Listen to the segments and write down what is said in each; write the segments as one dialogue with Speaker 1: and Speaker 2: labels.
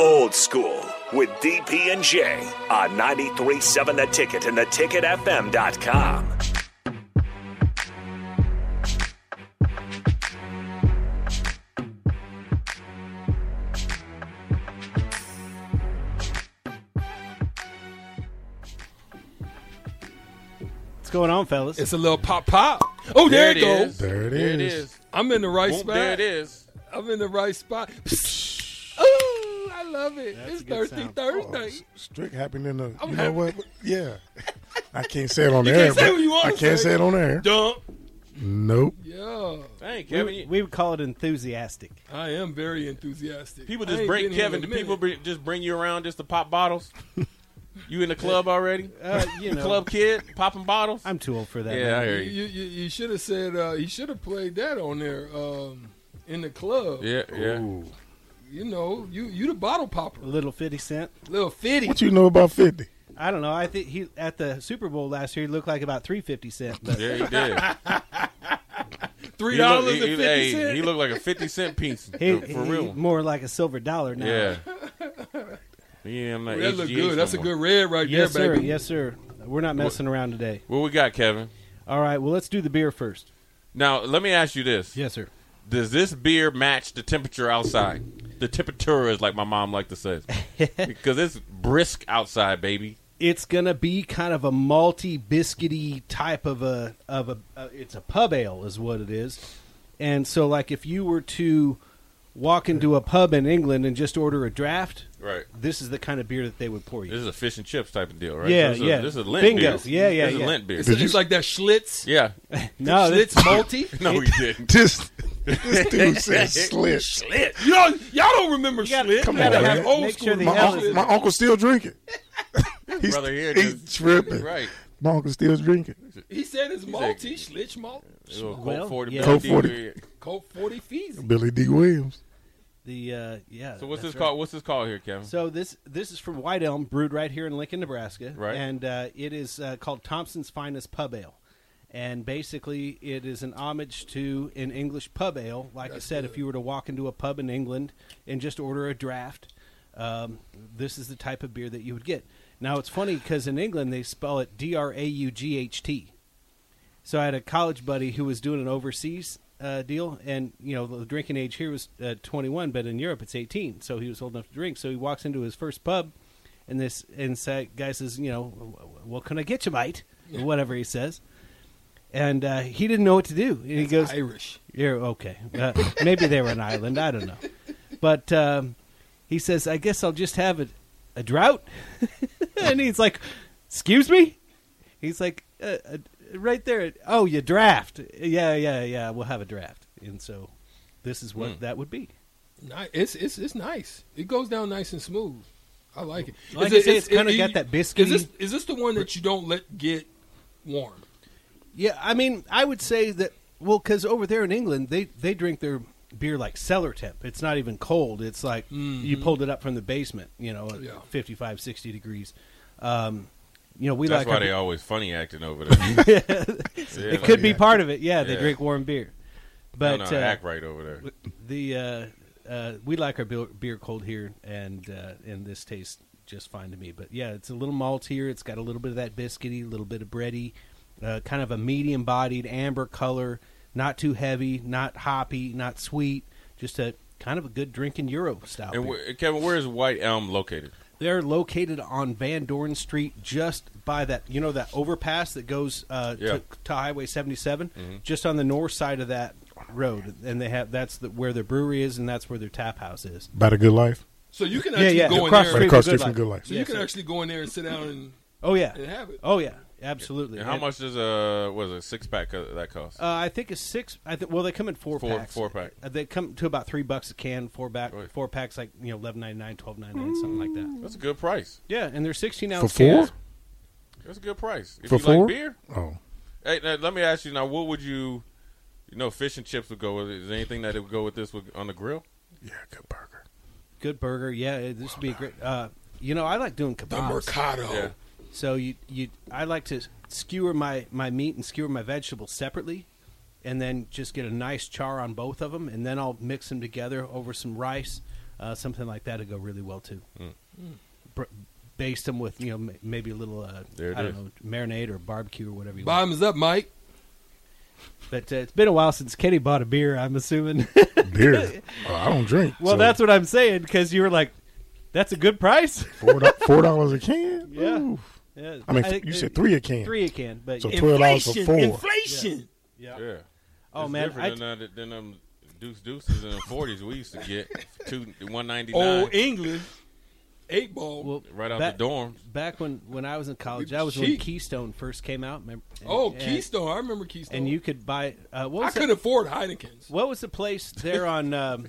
Speaker 1: Old School with DP and J on 93.7 The Ticket and theticketfm.com.
Speaker 2: What's going on, fellas?
Speaker 3: It's a little pop pop. Oh, there, it
Speaker 4: it
Speaker 3: goes.
Speaker 4: is. There
Speaker 2: it
Speaker 3: it
Speaker 2: is.
Speaker 3: is. I'm in the right
Speaker 4: Boom,
Speaker 3: spot.
Speaker 4: there it is.
Speaker 3: I'm in the right spot. Ooh, I love it. it's Thirsty Thursday.
Speaker 4: Strick happened in the.
Speaker 3: I'm
Speaker 4: You know
Speaker 3: happy.
Speaker 4: what? Yeah. I can't say it on
Speaker 3: You
Speaker 4: air.
Speaker 3: can't say
Speaker 4: but-
Speaker 3: what you want
Speaker 4: I
Speaker 3: to
Speaker 4: can't
Speaker 3: say.
Speaker 4: say it on air.
Speaker 3: Dump.
Speaker 4: Nope.
Speaker 3: Yeah.
Speaker 2: We- We, would call it enthusiastic.
Speaker 3: I am very enthusiastic.
Speaker 4: People
Speaker 3: I
Speaker 4: just
Speaker 3: ain't
Speaker 4: break
Speaker 3: been here
Speaker 4: Kevin.
Speaker 3: in a
Speaker 4: Do people
Speaker 3: minute.
Speaker 4: br- just bring you around just to pop bottles? you in the club already?
Speaker 2: Uh, you know,
Speaker 4: club kid popping bottles?
Speaker 2: I'm too old for that.
Speaker 4: yeah,
Speaker 2: man.
Speaker 4: I hear you.
Speaker 3: You, you, you should have said, uh, he should have played that on there um, in the club.
Speaker 4: Yeah, yeah.
Speaker 3: You know, you you the bottle popper.
Speaker 2: A little fifty cent.
Speaker 3: Little Fitty.
Speaker 4: What you know about fifty?
Speaker 2: I don't know. I think he at the Super Bowl last year he looked like about three fifty cent. But
Speaker 4: Yeah, he did.
Speaker 3: Three
Speaker 4: He look-
Speaker 3: dollars
Speaker 4: he-
Speaker 3: and
Speaker 4: he-
Speaker 3: fifty
Speaker 4: hey,
Speaker 3: cents.
Speaker 4: He looked like a fifty cent piece
Speaker 2: he,
Speaker 4: for
Speaker 2: he-
Speaker 4: real.
Speaker 2: more like a silver dollar now.
Speaker 4: Yeah. Yeah, I'm not.
Speaker 3: that look
Speaker 4: HGH
Speaker 3: good.
Speaker 4: no
Speaker 3: That's a
Speaker 4: more.
Speaker 3: good red right
Speaker 2: Yes,
Speaker 3: there,
Speaker 2: sir.
Speaker 3: baby.
Speaker 2: Yes, sir. We're not messing around today.
Speaker 4: What we got, Kevin?
Speaker 2: All right. Well, let's do the beer first.
Speaker 4: Now, let me ask you this:
Speaker 2: Yes, sir.
Speaker 4: Does this beer match the temperature outside? The temperature is like my mom liked to say, because it's brisk outside, baby.
Speaker 2: It's gonna be kind of a malty, biscuity type of a of a. Uh, it's a pub ale, is what it is. And so, like, if you were to walk into a pub in England and just order a draft,
Speaker 4: Right.
Speaker 2: This is the kind of beer that they would pour you.
Speaker 4: This is a fish and chips type of deal, right?
Speaker 2: Yeah,
Speaker 4: this is
Speaker 2: yeah.
Speaker 4: A, this is a lint
Speaker 2: Bingo.
Speaker 4: beer.
Speaker 2: Yeah, yeah,
Speaker 4: This is
Speaker 2: yeah.
Speaker 4: a lint beer.
Speaker 3: It's, it's like that Schlitz.
Speaker 4: yeah.
Speaker 2: no, this-
Speaker 3: Schlitz multi.
Speaker 4: No, you didn't.
Speaker 1: This, this dude said slit.
Speaker 3: You know, y'all don't remember
Speaker 2: You gotta-
Speaker 3: Schlitz.
Speaker 2: Come
Speaker 3: Y'all
Speaker 1: on,
Speaker 3: have
Speaker 1: man.
Speaker 3: old
Speaker 2: Make
Speaker 3: school
Speaker 2: sure the
Speaker 3: Schlitz.
Speaker 1: My,
Speaker 2: hell
Speaker 1: uncle,
Speaker 2: is-
Speaker 1: my uncle still drinking. He's,
Speaker 4: Brother here
Speaker 1: he's
Speaker 4: just-
Speaker 1: tripping.
Speaker 4: Right.
Speaker 1: My uncle still drinking.
Speaker 3: He said it's
Speaker 4: like-
Speaker 3: multi Schlitz malt.
Speaker 2: Well,
Speaker 4: Colt 40.
Speaker 2: yeah.
Speaker 4: Colt
Speaker 1: Colt 40.
Speaker 4: 40.
Speaker 3: Coke forty feet.
Speaker 1: Billy D. Williams.
Speaker 2: the uh, yeah.
Speaker 4: So what's
Speaker 2: that's
Speaker 4: this
Speaker 2: right.
Speaker 4: called? Oh, What's this called here, Kevin?
Speaker 2: So this this is from White Elm, brewed right here in Lincoln, Nebraska,
Speaker 4: Right.
Speaker 2: And uh, it is uh, called Thompson's Finest Pub Ale, and basically it is an homage to an English pub ale. Like I said, if you were to walk into a pub in England and just order a draft, um, this is the type of beer that you would get. Now it's funny because in England they spell it D R A U G H T. So I had a college buddy who was doing an overseas uh, deal, and you know the drinking age here was uh, 21, but in Europe it's 18. So he was old enough to drink. So he walks into his first pub, and this and sa- guy says, you know, "Wh- what can I get you, mate? Or whatever he says, and uh, he didn't know what to do. And he goes,
Speaker 3: Irish.
Speaker 2: you're okay. Uh, maybe they were an island. I don't know. But um, he says, I guess I'll just have a, a drought. and he's like, Excuse me? He's like, uh, uh, Right there. Oh, you draft. Yeah, yeah, yeah. We'll have a draft. And so this is what that would be.
Speaker 3: Ni- It's it's it's nice. It goes down nice and smooth. I like it.
Speaker 2: Like
Speaker 3: Is
Speaker 2: I
Speaker 3: it-
Speaker 2: say,
Speaker 3: is-
Speaker 2: it's kinda
Speaker 3: is-
Speaker 2: got that
Speaker 3: Is this
Speaker 2: biscuity-
Speaker 3: is this the one that you don't let get warm?
Speaker 2: Yeah, I mean, I would say that, well, because over there in England, they, they drink their
Speaker 5: beer like cellar temp. It's not even cold. It's like you pulled it up from the basement, you know, at
Speaker 3: Yeah.
Speaker 5: 55, 60 degrees. Um, you know, we
Speaker 2: That's
Speaker 5: like
Speaker 2: why
Speaker 5: our
Speaker 2: they
Speaker 5: beer-
Speaker 2: always funny acting over there.
Speaker 5: it could be part of it. Yeah, they
Speaker 2: Yeah.
Speaker 5: drink warm beer.
Speaker 2: But
Speaker 5: But
Speaker 2: no,
Speaker 5: uh,
Speaker 2: act right over there.
Speaker 5: the uh, uh, we like our beer, beer cold here, and uh, and this tastes just fine to me. But yeah, it's a little malt here. It's got a little bit of that biscuity, a little bit of bready, uh, kind of a medium bodied amber color. Not too heavy, not hoppy, not sweet. Just a kind of a good drinking Euro style.
Speaker 2: And
Speaker 5: beer.
Speaker 2: where, Kevin, where is White Elm located?
Speaker 5: They're located on Van Dorn Street, just by that you know that overpass that goes uh,
Speaker 2: Yeah.
Speaker 5: to, to Highway 77,
Speaker 3: Mm-hmm.
Speaker 5: just on the north side of that road, and they have that's the, where their brewery is, and that's where their tap house is.
Speaker 4: About a good life.
Speaker 3: So you can
Speaker 5: yeah,
Speaker 3: actually
Speaker 5: yeah,
Speaker 3: go in
Speaker 5: across the
Speaker 3: there.
Speaker 4: Right
Speaker 5: street
Speaker 4: across
Speaker 5: from
Speaker 4: street from
Speaker 5: Good
Speaker 4: Good
Speaker 5: Life.
Speaker 4: Life.
Speaker 3: So you
Speaker 5: Yes,
Speaker 3: can
Speaker 5: sir.
Speaker 3: actually go in there and sit down and
Speaker 5: Oh yeah,
Speaker 3: and have it.
Speaker 5: oh yeah, absolutely.
Speaker 2: And how
Speaker 5: And,
Speaker 2: much does uh, a was a six pack of that cost?
Speaker 5: Uh, I think it's six. I think well, they come in four,
Speaker 2: Four-
Speaker 5: packs.
Speaker 2: four pack.
Speaker 5: Uh, They come to about three bucks a can. Four back,
Speaker 2: Right.
Speaker 5: four packs like you know eleven ninety nine, twelve ninety nine, something like that.
Speaker 2: That's a good price.
Speaker 5: Yeah, and they're sixteen
Speaker 4: For
Speaker 5: ounce
Speaker 4: four?
Speaker 5: cans.
Speaker 2: That's a good price. If
Speaker 4: For
Speaker 2: you
Speaker 4: four?
Speaker 2: like beer,
Speaker 4: Oh.
Speaker 2: hey, now, let me ask you now. What would you, you know, fish and chips would go with? it. Is there anything that it would go with this with, on the grill?
Speaker 4: Yeah, good burger.
Speaker 5: Good burger. Yeah, it- this would be a great. Uh, you know, I like doing
Speaker 3: The
Speaker 5: kebabs.
Speaker 3: Mercado.
Speaker 2: Yeah.
Speaker 5: So you you I like to skewer my my meat and skewer my vegetables separately, and then just get a nice char on both of them, and then I'll mix them together over some rice, uh, something like that. Would go really well too.
Speaker 2: Mm.
Speaker 5: Br- baste them with you know m- maybe a little uh,
Speaker 2: There it
Speaker 5: I don't
Speaker 2: is.
Speaker 5: know marinade or barbecue or whatever you like.
Speaker 3: Bottoms up, Mike.
Speaker 5: But uh, it's been a while since Kenny bought a beer. I'm assuming.
Speaker 4: Beer. Oh, I don't drink.
Speaker 5: well,
Speaker 4: so
Speaker 5: that's what I'm saying because you were like, "That's a good price."
Speaker 4: four do- four dollars a can.
Speaker 5: Yeah.
Speaker 4: Ooh.
Speaker 5: Yeah,
Speaker 4: I mean,
Speaker 5: think-
Speaker 4: you said three a can.
Speaker 5: Three a can, but
Speaker 4: So
Speaker 5: yeah.
Speaker 4: twelve dollars for four.
Speaker 3: Inflation.
Speaker 2: Yeah.
Speaker 5: oh
Speaker 2: It's
Speaker 5: man,
Speaker 2: different
Speaker 5: I,
Speaker 2: than, uh, than them deuce deuces in the forties we used to get two one ninety nine
Speaker 3: Old English. Eight ball.
Speaker 5: well,
Speaker 2: right out
Speaker 5: that-
Speaker 2: the dorm.
Speaker 5: back when when I was in college,
Speaker 3: We
Speaker 5: that was when
Speaker 3: cheap.
Speaker 5: Keystone first came out. Remember? And-
Speaker 3: oh,
Speaker 5: and-
Speaker 3: Keystone. I remember Keystone.
Speaker 4: Oh.
Speaker 5: And you could buy. Uh, what
Speaker 3: I
Speaker 5: was that-
Speaker 3: could afford Heineken's.
Speaker 5: What was the place there on? Um,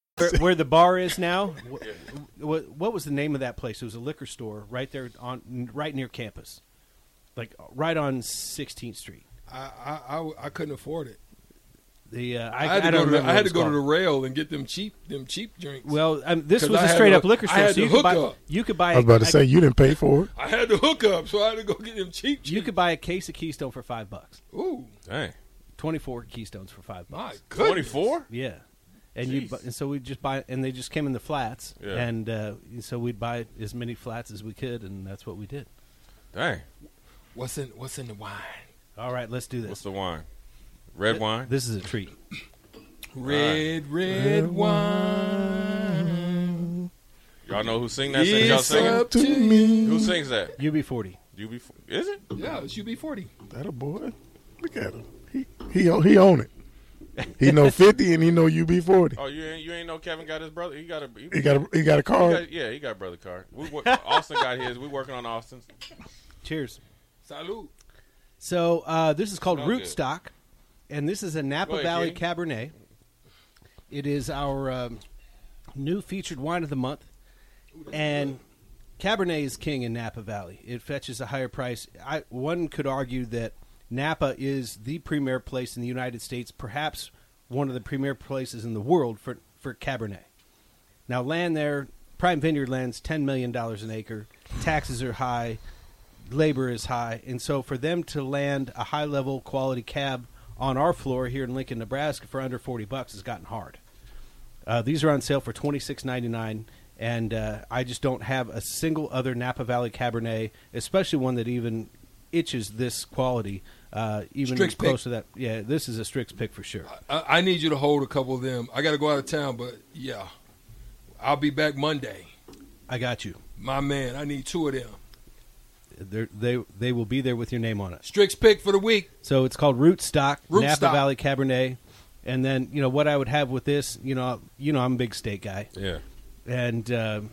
Speaker 5: where, where the bar is now. What, what, what was the name of that place? It was a liquor store right there on right near campus, like uh, right on 16th Street.
Speaker 3: I, I, I, I couldn't afford it.
Speaker 5: The uh,
Speaker 3: I,
Speaker 5: I,
Speaker 3: had to
Speaker 5: I don't
Speaker 3: go to the,
Speaker 5: remember
Speaker 3: I
Speaker 5: what
Speaker 3: had to
Speaker 5: it's
Speaker 3: go to
Speaker 5: called.
Speaker 3: the rail and get them cheap them cheap drinks.
Speaker 5: Well, um, this
Speaker 3: 'Cause
Speaker 5: was
Speaker 3: I
Speaker 5: a
Speaker 3: had
Speaker 5: straight
Speaker 3: to-
Speaker 5: up liquor
Speaker 3: I
Speaker 5: store.
Speaker 3: had
Speaker 5: so
Speaker 3: to
Speaker 5: you could
Speaker 3: hook
Speaker 5: buy,
Speaker 3: up.
Speaker 5: you could buy.
Speaker 4: I was about to
Speaker 5: a-
Speaker 4: say you didn't pay for it.
Speaker 3: I had to hook up, so I had to go get them cheap.
Speaker 5: you
Speaker 3: cheap.
Speaker 5: could buy a case of Keystone for five bucks.
Speaker 3: Ooh,
Speaker 2: Dang,
Speaker 5: Twenty four Keystones for five bucks.
Speaker 3: my goodness.
Speaker 2: twenty four.
Speaker 5: Yeah. And you, bu- and so we just buy, and they just came in the flats,
Speaker 2: Yeah.
Speaker 5: and uh, so we'd buy as many flats as we could, and that's what we did.
Speaker 2: Dang,
Speaker 3: What's in What's in the wine?
Speaker 5: All right, let's do
Speaker 2: what's
Speaker 5: this.
Speaker 2: the wine? Red wine.
Speaker 5: This is a treat.
Speaker 3: Red, red wine.
Speaker 2: Y'all know who sing that? Sing, y'all
Speaker 3: It's
Speaker 2: sing it?
Speaker 3: up to me.
Speaker 2: Who sings that?
Speaker 5: UB40.
Speaker 2: You be is it?
Speaker 3: Yeah, it's UB40.
Speaker 4: That a boy. Look at him. He he o- he own it. He know fifty and he know UB forty.
Speaker 2: Oh, you ain't you ain't know Kevin got his brother. He got a he,
Speaker 4: He got a he got a
Speaker 2: he
Speaker 4: card.
Speaker 2: got- yeah he got a brother card. We wor- Austin got his. We working on Austin's.
Speaker 5: Cheers.
Speaker 3: Salute.
Speaker 5: So uh, this is called
Speaker 2: Smells good.
Speaker 5: Rootstock, and this is a Napa
Speaker 2: Go ahead,
Speaker 5: Valley
Speaker 2: Jay.
Speaker 5: Cabernet.
Speaker 2: It is our um, new featured wine of the month, and Cabernet is king in Napa Valley. It fetches a higher price. I, one could argue that Napa is the premier place in the United States, perhaps one of the premier places in the world for, for Cabernet. Now, land there, prime vineyard land's $10 million an acre. Taxes are high, labor is high. And so, for them to land a high level quality cab on our floor here in Lincoln, Nebraska for under 40 bucks has gotten hard. Uh, these are on sale for twenty six ninety nine, and uh, I just don't have a single other Napa Valley Cabernet, especially one that even itches this quality, uh, even
Speaker 3: Strix pick.
Speaker 2: close to that. Yeah, this is a Strix pick for sure.
Speaker 3: I, I need you to hold a couple of them. I got to go out of town, but yeah, I'll be back Monday.
Speaker 2: I got you.
Speaker 3: My man, I need two of them.
Speaker 2: They're, they they will be there with your name on it.
Speaker 3: Strix pick for the week.
Speaker 2: So it's called Rootstock,
Speaker 3: Rootstock.
Speaker 2: Napa Valley Cabernet, and then you know what I would have with this. You know, you know I'm a big steak guy.
Speaker 4: Yeah.
Speaker 2: and um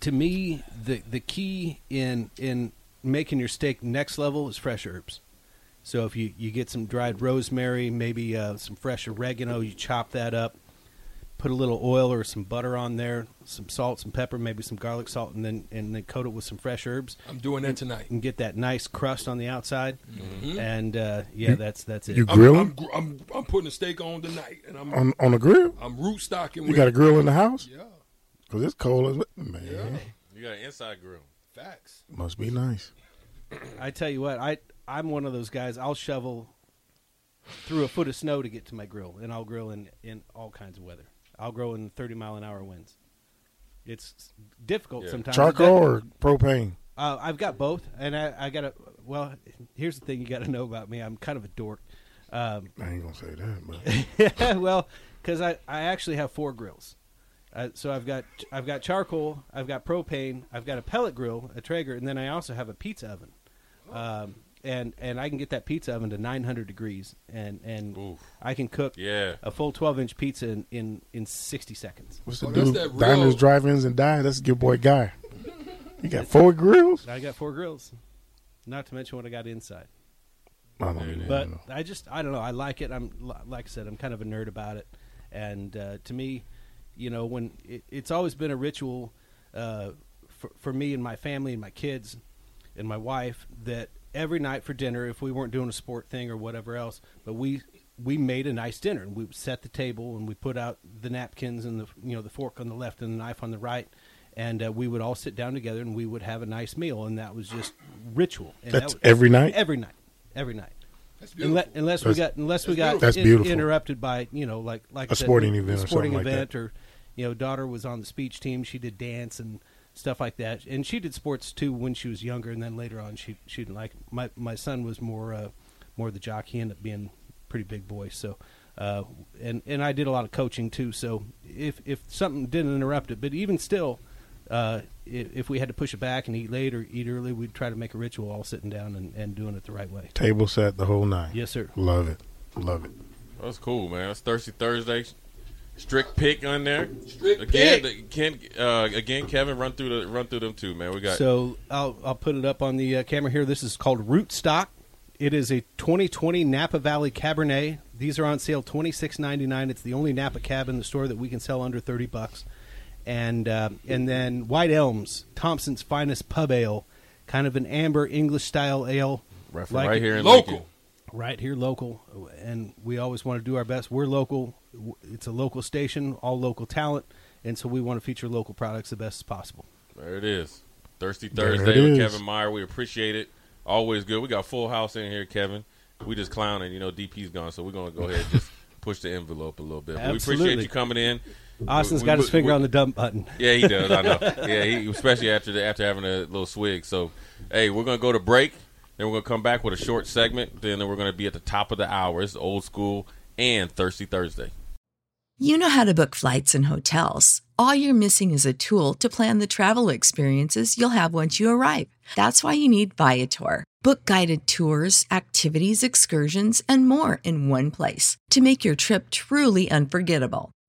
Speaker 2: to me the the key in in making your steak next level is fresh herbs so if you you get some dried rosemary maybe uh, some fresh oregano you chop that up put a little oil or some butter on there some salt some pepper maybe some garlic salt and then and then coat it with some fresh herbs
Speaker 3: I'm doing that tonight.
Speaker 2: and get that nice crust on the outside
Speaker 3: Mhm.
Speaker 2: and uh, yeah
Speaker 6: You-
Speaker 2: that's that's it
Speaker 6: you grill
Speaker 3: I'm,
Speaker 6: 'em?
Speaker 3: gr- I'm, I'm putting a steak on tonight, and I'm
Speaker 6: On- on a grill?
Speaker 3: I'm root stocking.
Speaker 6: You
Speaker 3: with
Speaker 6: got a
Speaker 3: it.
Speaker 6: grill in the house?
Speaker 3: Yeah,
Speaker 6: Cause it's cold as man.
Speaker 4: You got an inside grill.
Speaker 3: facts.
Speaker 6: Must be nice.
Speaker 2: I tell you what, I I'm one of those guys. I'll shovel through a foot of snow to get to my grill, and I'll grill in in all kinds of weather. I'll grill in 30 mile an hour winds. It's difficult
Speaker 6: Yeah.
Speaker 2: sometimes.
Speaker 6: Charcoal or propane?
Speaker 2: Uh, I've got both, and I, I got a. Well, here's the thing you got to know about me. I'm kind of a dork. Um,
Speaker 6: I ain't gonna say that, but
Speaker 2: yeah, well, because I, I actually have four grills. Uh, so I've got I've got charcoal, I've got propane, I've got a pellet grill, a Traeger, and then I also have a pizza oven. Um, and and I can get that pizza oven to 900 degrees, and and I can cook
Speaker 4: Yeah.
Speaker 2: a full 12 inch pizza in, in in 60 seconds.
Speaker 6: what's
Speaker 3: Oh,
Speaker 6: the dude? Diners, drive-ins, and dine. That's your boy guy. You got four grills?
Speaker 2: I got four grills, not to mention what I got inside.
Speaker 6: I don't even
Speaker 2: but
Speaker 6: know.
Speaker 2: I just I don't know. I like it. I'm li- like I said, I'm kind of a nerd about it, and uh, to me, you know, when it, it's always been a ritual uh, for for me and my family and my kids and my wife that every night for dinner, if we weren't doing a sport thing or whatever else, but we we made a nice dinner and we set the table and we put out the napkins and the you know the fork on the left and the knife on the right. And uh, we would all sit down together, and we would have a nice meal, and that was just ritual. And that
Speaker 6: That's
Speaker 2: was-
Speaker 6: every night?
Speaker 2: Every night, every night.
Speaker 3: That's
Speaker 2: Unless, unless we
Speaker 6: That's-
Speaker 2: got unless we
Speaker 6: That's
Speaker 2: got
Speaker 6: beautiful. That's
Speaker 2: in-
Speaker 6: beautiful.
Speaker 2: interrupted by you know like like I
Speaker 6: A
Speaker 2: said,
Speaker 6: sporting
Speaker 2: we-
Speaker 6: event or
Speaker 2: sporting
Speaker 6: something like
Speaker 2: event or you know daughter was on the speech team she did dance and stuff like that and she did sports too when she was younger and then later on she she didn't like it. my my son was more uh, more the jock he ended up being a pretty big boy so uh, and and I did a lot of coaching too so if if something didn't interrupt it but even still. Uh, if, if we had to push it back and eat late or eat early, we'd try to make a ritual all sitting down and, and doing it the right way.
Speaker 6: Table set the whole nine.
Speaker 2: Yes, sir.
Speaker 6: Love it. Love it.
Speaker 4: That's cool, man. That's Thirsty Thursday. Strict pick on there.
Speaker 3: Strict
Speaker 4: again, The, Ken, uh, again, Kevin, run through the run through them too, man. We got
Speaker 2: So I'll I'll put it up on the uh, camera here. This is called Rootstock. It is a 2020 Napa Valley Cabernet. These are on sale 26.99. It's the only Napa cab in the store that we can sell under 30 bucks. And uh, and then White Elms, Thompson's finest pub ale, kind of an amber English style ale.
Speaker 4: Right from
Speaker 2: Like
Speaker 4: right
Speaker 2: it-
Speaker 4: here in Lincoln.
Speaker 2: right here local and we always want to do our best we're local it's a local station all local talent and so we want to feature local products the best as possible
Speaker 4: There it is. Thirsty
Speaker 2: There it
Speaker 4: Thursday with
Speaker 2: is.
Speaker 4: Kevin Meyer. We appreciate it. Always good. We got full house in here, Kevin. We just clowning. You know, DP's gone, so we're gonna go ahead and just push the envelope a little bit. But We appreciate
Speaker 2: Absolutely.
Speaker 4: you coming in.
Speaker 2: austin's
Speaker 4: We-
Speaker 2: got
Speaker 4: we-
Speaker 2: his finger
Speaker 4: we-
Speaker 2: on the dump button
Speaker 4: Yeah, he does. I know. Yeah, he, especially after the, after having a little swig. So, hey, we're gonna go to break. Then we're gonna come back with a short segment. Then we're gonna be at the top of the hour. It's old school and Thirsty Thursday.
Speaker 7: You know how to book flights and hotels. All you're missing is a tool to plan the travel experiences you'll have once you arrive. That's why you need Viator. Book guided tours, activities, excursions, and more in one place to make your trip truly unforgettable.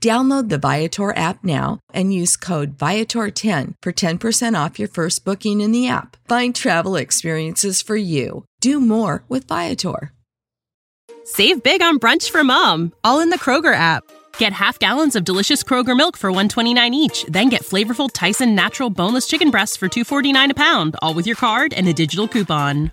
Speaker 7: Download the Viator app now and use code Viator10 for 10% off your first booking in the app. Find travel experiences for you. Do more with Viator.
Speaker 8: Save big on brunch for mom, all in the Kroger app. Get half gallons of delicious Kroger milk for 129 each, then get flavorful Tyson natural boneless chicken breasts for 249 a pound, all with your card and a digital coupon.